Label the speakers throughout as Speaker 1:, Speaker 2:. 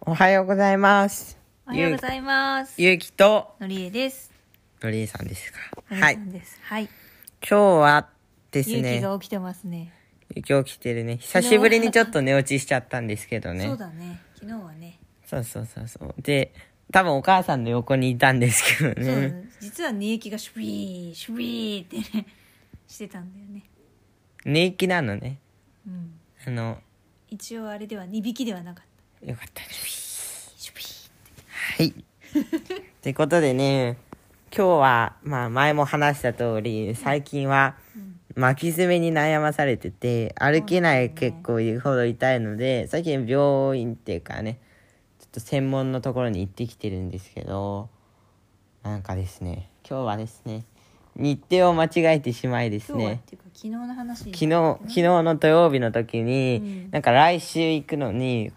Speaker 1: おはようございます。
Speaker 2: おはようございます。
Speaker 1: ゆうきと
Speaker 2: のりえです。
Speaker 1: のりえさんですか。はい。今
Speaker 2: のりえさんです。はい。
Speaker 1: 日はです
Speaker 2: 勇気
Speaker 1: ね、
Speaker 2: が起きてますね。
Speaker 1: 今日来てるね。久しぶりにちょっと寝落ちしちゃったんですけどね。
Speaker 2: そうだね。昨日はね。
Speaker 1: そうそうそうそう。で、多分お母さんの横にいたんですけど
Speaker 2: そうだ
Speaker 1: ね。
Speaker 2: ね。実は寝息がシュビー、シュビーってね、 してたんだよね。
Speaker 1: 寝息なのね。
Speaker 2: うん。
Speaker 1: あの、
Speaker 2: 一応あれでは、2匹ではなかっ
Speaker 1: よかったです。
Speaker 2: た。シュビ
Speaker 1: はい。
Speaker 2: ー。
Speaker 1: ってことでね、今日は、まあ前も話した通り、最近は巻き爪に悩まされてて、歩けない結構言うほど痛いので、最近病院っていうかね、ちょっと専門のところに行ってきてるんですけど、なんかですね、今日はですね、日程を間違えてしまいです
Speaker 2: 今日はっ
Speaker 1: ね、
Speaker 2: ていうか、昨日の話。昨
Speaker 1: 昨日、昨日の土曜日の時に、
Speaker 2: うん
Speaker 1: なんか来週行くの に、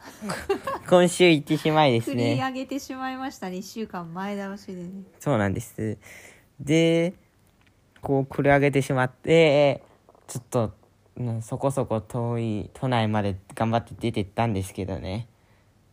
Speaker 1: 今週行ってしまいです
Speaker 2: 振
Speaker 1: ね。
Speaker 2: り上げてしまいましたね。1週間前倒しでね。
Speaker 1: そうなんです。で、こう、繰り上げてしまって、ちょっと、うんそこそこ遠い都内まで頑張って出てったんですけどね。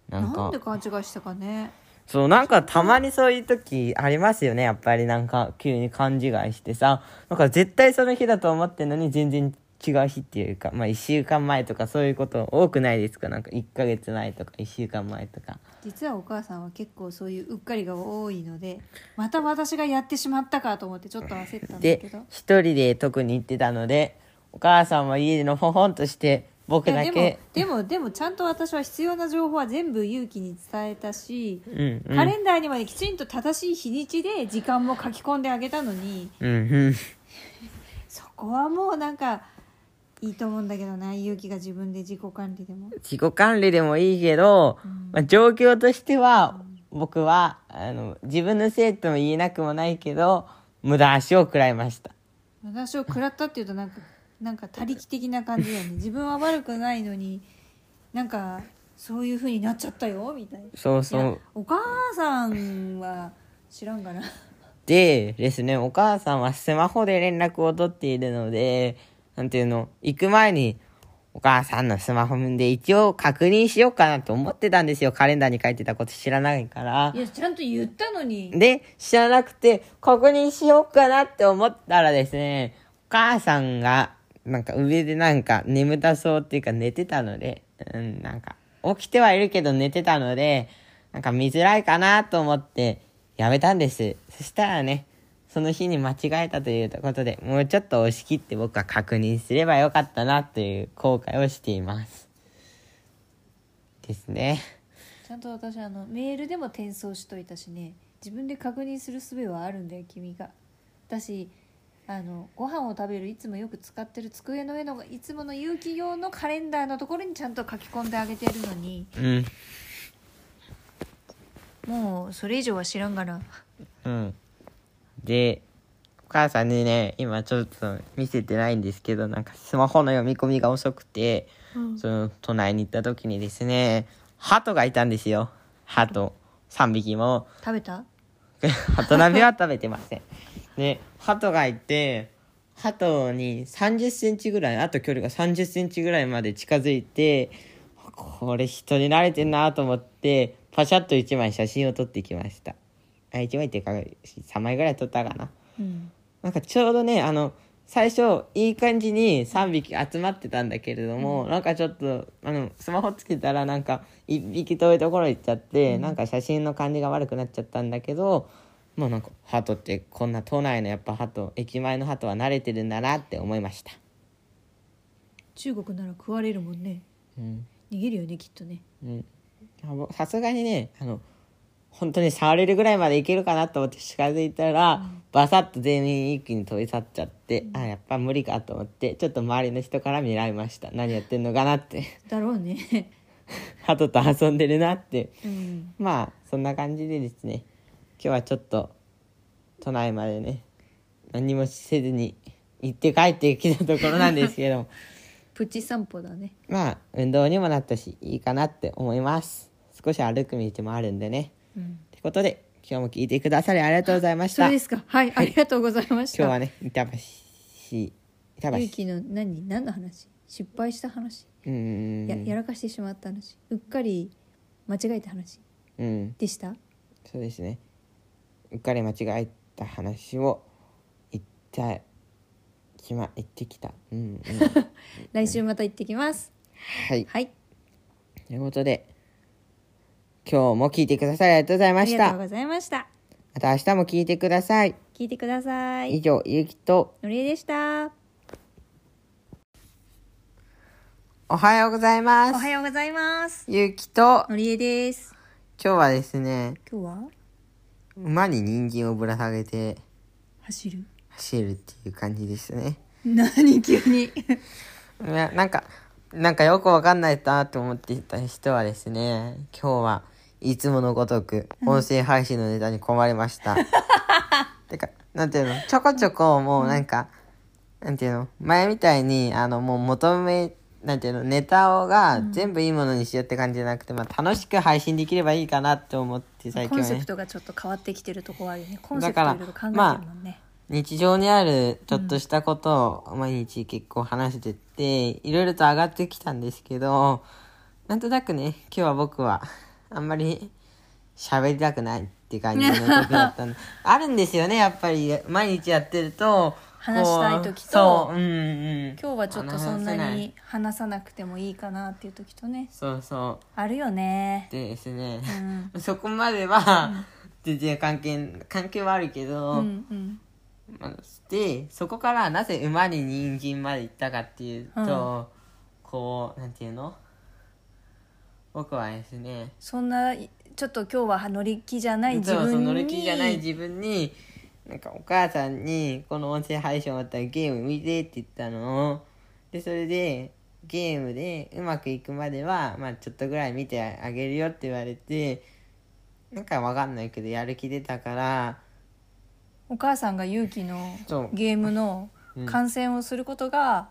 Speaker 1: な
Speaker 2: なん
Speaker 1: んか
Speaker 2: で、勘違いしたかね。
Speaker 1: そう、なんかたまにそういう時ありますよね。やっぱりなんか急に勘違いしてさ、なんか絶対その日だと思ってんのに全然違う日っていうか、まあ1週間前とかそういうこと多くないですかなんか1ヶ月前とか1週間前とか。
Speaker 2: 実はお母さんは結構そういううっかりが多いのでまた私がやってしまったかと思ってちょっと焦ったんだけ
Speaker 1: で
Speaker 2: ど
Speaker 1: 一人で特に行ってたのでお母さんは家でのほほんとして僕
Speaker 2: い
Speaker 1: だ
Speaker 2: や
Speaker 1: け
Speaker 2: でもでもでもちゃんと私は必要な情報は全部勇気に伝えたし、
Speaker 1: うんうん
Speaker 2: カレンダーにまできちんと正しい日にちで時間も書き込んであげたのに
Speaker 1: うんうん
Speaker 2: そこはもうなんかいいと思うんだけどな勇気が自分で自己管理でも
Speaker 1: 自己管理でもいいけど、まあ、状況としては僕はあの自分のせいとも言えなくもないけど無駄足を食らいました
Speaker 2: 私を食らったっていうとなんかなんか他力的な感じだよね自分は悪くないのになんかそういう風になっちゃったよみたいな
Speaker 1: そう
Speaker 2: い
Speaker 1: そ
Speaker 2: や
Speaker 1: う
Speaker 2: お母さんは知らんかな
Speaker 1: でですねお母さんはスマホで連絡を取っているのでなんていうの行く前にお母さんのスマホで一応確認しようかなと思ってたんですよカレンダーに書いてたこと知らないから
Speaker 2: いやちゃんと言ったのに
Speaker 1: で、知らなくて、確認しようかなって思ったらですね、お母さんが、なんか上でなんか眠たそうっていうか寝てたので、うん、なんか、起きてはいるけど寝てたので、なんか見づらいかなと思って、やめたんです。そしたらね、その日に間違えたということで、もうちょっと押し切って僕は確認すればよかったなという後悔をしています。ですね。
Speaker 2: ちゃんと私あのメールでも転送しといたしね自分で確認する術はあるんだよ君がだしあのご飯を食べるいつもよく使ってる机の上のいつもの有機用のカレンダーのところにちゃんと書き込んであげてるのに
Speaker 1: うん。
Speaker 2: もうそれ以上は知らんがな
Speaker 1: うん。で、お母さんにね、今ちょっと見せてないんですけど、なんかスマホの読み込みが遅くて、その都内に行った時にですね、鳩がいたんですよ。鳩。3匹も。
Speaker 2: 食べた
Speaker 1: 鳩鍋は食べてません。で、鳩がいて、鳩に30センチぐらい、あと距離が30センチぐらいまで近づいて、これ人に慣れてんなと思って、パシャッと1枚写真を撮ってきました。あ、1枚っていうか、3枚ぐらい撮ったかな。
Speaker 2: うん
Speaker 1: なんかちょうどね、あの、最初、いい感じに3匹集まってたんだけれども、なんかちょっと、あの、スマホつけたらなんか、1匹遠いところ行っちゃって、なんか写真の感じが悪くなっちゃったんだけど、もうなんか、鳩ってこんな都内のやっぱ鳩、駅前の鳩は慣れてるんだなって思いました。
Speaker 2: 中国なら食われるもんね
Speaker 1: うん。
Speaker 2: 逃げるよねきっとね
Speaker 1: うん。あ僕さすがにね、あの、本当に触れるぐらいまでいけるかなと思って近づいたら、バサッと全員一気に飛び去っちゃって、あやっぱ無理かと思ってちょっと周りの人から見られました何やってんのかなって
Speaker 2: だろうね
Speaker 1: 鳩と遊んでるなって
Speaker 2: うん
Speaker 1: まあそんな感じでですね今日はちょっと都内までね何もせずに行って帰ってきたところなんですけど
Speaker 2: プチ散歩だね
Speaker 1: まあ運動にもなったしいいかなって思います少し歩く道もあるんでね
Speaker 2: うん
Speaker 1: ってことで今日も聞いてくださりありがとうございまし
Speaker 2: そう
Speaker 1: た
Speaker 2: で
Speaker 1: 今
Speaker 2: すかはい、ありがとうございまし
Speaker 1: 日
Speaker 2: た
Speaker 1: はね板橋板橋
Speaker 2: 勇気の何何の話失敗した話
Speaker 1: うーん
Speaker 2: ややらかしてしまった話うっかり間違えた話
Speaker 1: うん
Speaker 2: でした
Speaker 1: そうですねうっかり間違えた話を言ったきま言ってきた うん、うん、
Speaker 2: 来週また行ってきます
Speaker 1: はい
Speaker 2: はい
Speaker 1: ということで今日も聞いてくださりありがとうござい
Speaker 2: あ
Speaker 1: ま
Speaker 2: り
Speaker 1: し
Speaker 2: がとう
Speaker 1: た
Speaker 2: ございました
Speaker 1: また明日も聞いてください
Speaker 2: 聞いてください
Speaker 1: 以上ゆきと
Speaker 2: のりえでした
Speaker 1: おはようございま
Speaker 2: お
Speaker 1: す
Speaker 2: はようございます
Speaker 1: ゆきと
Speaker 2: のりえです
Speaker 1: 今日はですね
Speaker 2: 今日は
Speaker 1: 馬に人参をぶら下げて
Speaker 2: 走る
Speaker 1: 走るっていう感じですね
Speaker 2: 何急に
Speaker 1: いやなんかなんかよくわかんないなと思っていた人はですね今日はいつものごとく音声配信のネタに困りま した。てかなんていうのちょこちょこもうなんか、なんていうの前みたいにあのもう求めなんていうのネタをが全部いいものにしようって感じじゃなくて、まあ、楽しく配信できればいいかなって思って最
Speaker 2: コ
Speaker 1: 近
Speaker 2: ン
Speaker 1: は
Speaker 2: セプ
Speaker 1: ね
Speaker 2: トがちょっと変わってきてるとこあるよねコンセ
Speaker 1: だ
Speaker 2: プトい
Speaker 1: から
Speaker 2: ろいろ考えてるもんね、
Speaker 1: 日常にあるちょっとしたことを毎日結構話してって、いろいろと上がってきたんですけど、なんとなくね、今日は僕はあんまり喋りたくないって感じの時だったん で、あるんですよね、やっぱり毎日やってると、こう
Speaker 2: 話したい時と
Speaker 1: そう、うんうん。
Speaker 2: 今日はちょっとそん
Speaker 1: 話せ
Speaker 2: ないに話さなくてもいいかなっていう時とね
Speaker 1: そうそ
Speaker 2: あるよね
Speaker 1: う。でですね、
Speaker 2: うん、
Speaker 1: そこまでは、全然関係、関係はあるけど、
Speaker 2: うんうん
Speaker 1: まあでそこからなぜ馬に人参まで行ったかっていうと、
Speaker 2: うん
Speaker 1: こうなんていうの僕はですね
Speaker 2: そんないちょっと今日は乗り気じゃない自
Speaker 1: そう
Speaker 2: 分に
Speaker 1: そう乗り気じゃない自分になんかお母さんにこの音声配信終わったらゲーム見てって言ったのをでそれでゲームでうまくいくまでは、まあ、ちょっとぐらい見てあげるよって言われてなんかわかんないけどやる気出たから
Speaker 2: お母さんが勇気の
Speaker 1: そう
Speaker 2: ゲームの観戦をすることが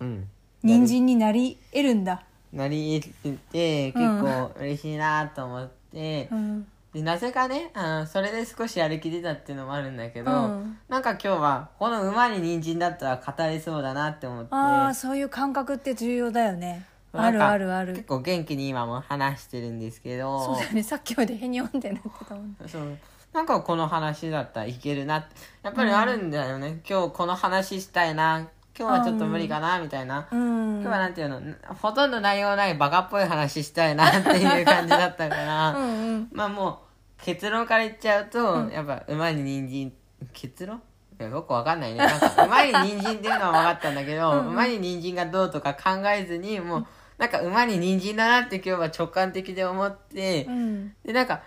Speaker 1: うん
Speaker 2: 人参になり得るんだ、
Speaker 1: なり得てて結構嬉しいなと思って、
Speaker 2: うん、
Speaker 1: でなぜかねあのそれで少しやる気出たっていうのもあるんだけど、
Speaker 2: うん
Speaker 1: なんか今日はこの馬に人参だったら語れそうだなって思って
Speaker 2: ああそういう感覚って重要だよね
Speaker 1: なんか
Speaker 2: あるあるある
Speaker 1: 結構元気に今も話してるんですけど
Speaker 2: そうだよねさっきまでへにょんってなってたも ん
Speaker 1: そうなんかこの話だったらいけるなってやっぱりあるんだよね、今日この話したいな今日はちょっと無理かなみたいな、
Speaker 2: うん
Speaker 1: 今日はなんていうのほとんど内容ないバカっぽい話したいなっていう感じだったから。
Speaker 2: うんうん
Speaker 1: まあもう結論から言っちゃうと、やっぱ馬に人参結論いやよくわかんないねなんか馬に人参って いうのは分かったんだけど馬に人参がどうとか考えずにもうなんか馬に人参だなって今日は直感的で思って、
Speaker 2: うん
Speaker 1: でなんか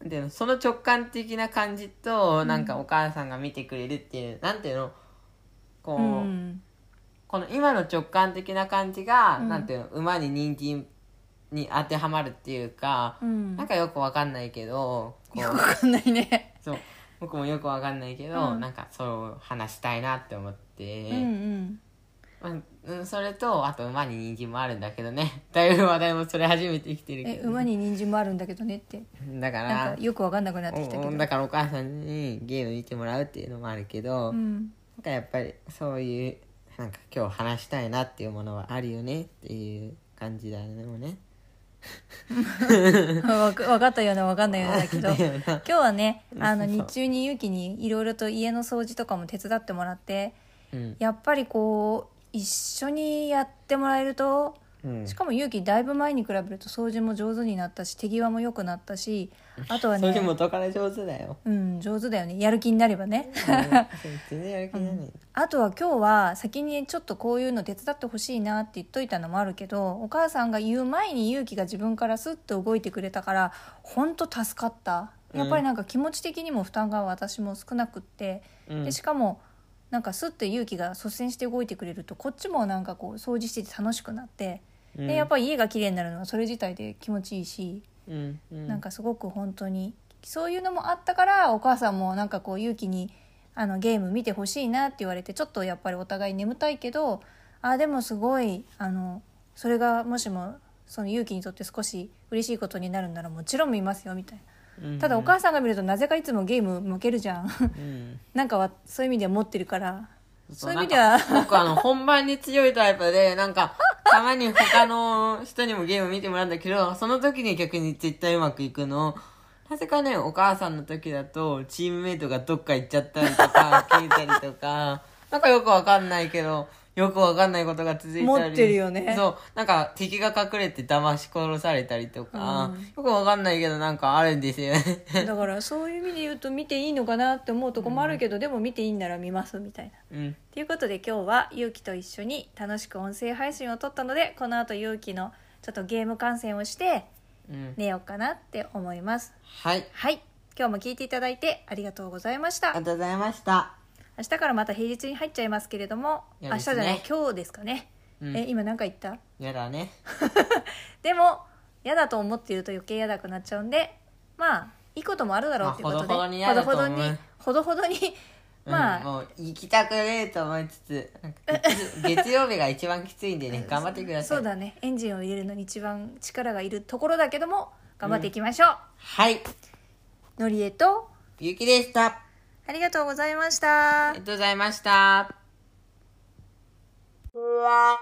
Speaker 1: なんていうのその直感的な感じと、なんかお母さんが見てくれるっていうなんていうのこう、
Speaker 2: うん
Speaker 1: この今の直感的な感じが、
Speaker 2: うん
Speaker 1: なんていうの馬に人参に当てはまるっていうか、
Speaker 2: うん
Speaker 1: なんかよくわかんないけどこう
Speaker 2: わかんないね
Speaker 1: そう僕もよくわかんないけど、
Speaker 2: うん
Speaker 1: なんかそう話したいなって思って、
Speaker 2: うんうん
Speaker 1: まあうん、それとあと馬に人参もあるんだけどね だいぶ話題もそれ初めてきてるけ
Speaker 2: え
Speaker 1: ど
Speaker 2: 馬に人参もあるんだけどねって
Speaker 1: だか
Speaker 2: なん
Speaker 1: ら
Speaker 2: かよくわかんなくなってきたけ
Speaker 1: お
Speaker 2: ど
Speaker 1: おだからお母さんにゲーム見てもらうっていうのもあるけど、
Speaker 2: う
Speaker 1: なん
Speaker 2: ん
Speaker 1: かやっぱりそういうなんか今日話したいなっていうものはあるよねっていう感じだねもうね
Speaker 2: わかわかったようなわかんないようなだけど
Speaker 1: だよな
Speaker 2: 今日はねあの
Speaker 1: そうそ
Speaker 2: 日
Speaker 1: う
Speaker 2: 中にゆきにいろいろと家の掃除とかも手伝ってもらって
Speaker 1: うん
Speaker 2: やっぱりこう一緒にやってもらえると
Speaker 1: うん
Speaker 2: しかもゆうきだいぶ前に比べると掃除も上手になったし手際も良くなったしあとは
Speaker 1: それ
Speaker 2: ね
Speaker 1: で元から上手だよ
Speaker 2: うん上手だよねやる気になればね。
Speaker 1: うん全然やる気ない、
Speaker 2: あとは今日は先にちょっとこういうの手伝ってほしいなって言っといたのもあるけどお母さんが言う前に勇気が自分からスッと動いてくれたからほんと助かったやっぱりなんか気持ち的にも負担が私も少なくって、
Speaker 1: うん
Speaker 2: でしかもなんかスッと勇気が率先して動いてくれるとこっちもなんかこう掃除してて楽しくなって、
Speaker 1: うん
Speaker 2: でやっぱり家が綺麗になるのはそれ自体で気持ちいいし、
Speaker 1: うんうん
Speaker 2: なんかすごく本当にそういうのもあったからお母さんもなんかこう勇気にあのゲーム見てほしいなって言われてちょっとやっぱりお互い眠たいけどあでもすごいあのそれがもしもその勇気にとって少し嬉しいことになるんならもちろん見ますよみたいなただお母さんが見るとなぜかいつもゲーム向けるじゃ ん
Speaker 1: うん
Speaker 2: なんかはそういう意味では持ってるから
Speaker 1: そ
Speaker 2: そうういう意味で
Speaker 1: なん
Speaker 2: は
Speaker 1: か僕あの、本番に強いタイプで、なんか、たまに他の人にもゲーム見てもらうんだけど、その時に逆に絶対うまくいくの。なぜかね、お母さんの時だと、チームメイトがどっか行っちゃったりとか、消えたりとか、なんかよくわかんないけど、よくわかんないことが続いたり。
Speaker 2: 持ってるよね
Speaker 1: そう。なんか敵が隠れて騙し殺されたりとか、
Speaker 2: うん
Speaker 1: よくわかんないけどなんかあるんですよね。
Speaker 2: だからそういう意味で言うと見ていいのかなって思うとこもあるけど、でも見ていいんなら見ますみたいな。
Speaker 1: うん。
Speaker 2: ということで今日はゆうきと一緒に楽しく音声配信を撮ったのでこの後ゆうきのちょっとゲーム観戦をして
Speaker 1: うん。
Speaker 2: 寝ようかなって思います
Speaker 1: はい。
Speaker 2: はい今日も聞いていただいてありがとうございまし
Speaker 1: あ
Speaker 2: た
Speaker 1: りがとうございました。
Speaker 2: 明日からまた平日に入っちゃいますけれども、
Speaker 1: いや
Speaker 2: 明日じゃな
Speaker 1: です
Speaker 2: い
Speaker 1: ね
Speaker 2: 今日ですかね、
Speaker 1: うん
Speaker 2: え今何か言った
Speaker 1: やだね。
Speaker 2: でも嫌だと思っていると余計嫌なくなっちゃうんでまあいいこともあるだろうっていうことで、
Speaker 1: まあほどほどにやだと思う
Speaker 2: ほどほどにほどほどに
Speaker 1: う
Speaker 2: ま
Speaker 1: ん、
Speaker 2: あ、
Speaker 1: もう行きたくねえと思いつつなんか月月曜日が一番きついんでね頑張ってください
Speaker 2: そうだねエンジンを入れるのに一番力がいるところだけども頑張っていきましょう、
Speaker 1: はい
Speaker 2: のりえと
Speaker 1: ゆきでしたあ
Speaker 2: ありがとうございました
Speaker 1: りがとうございましたうわ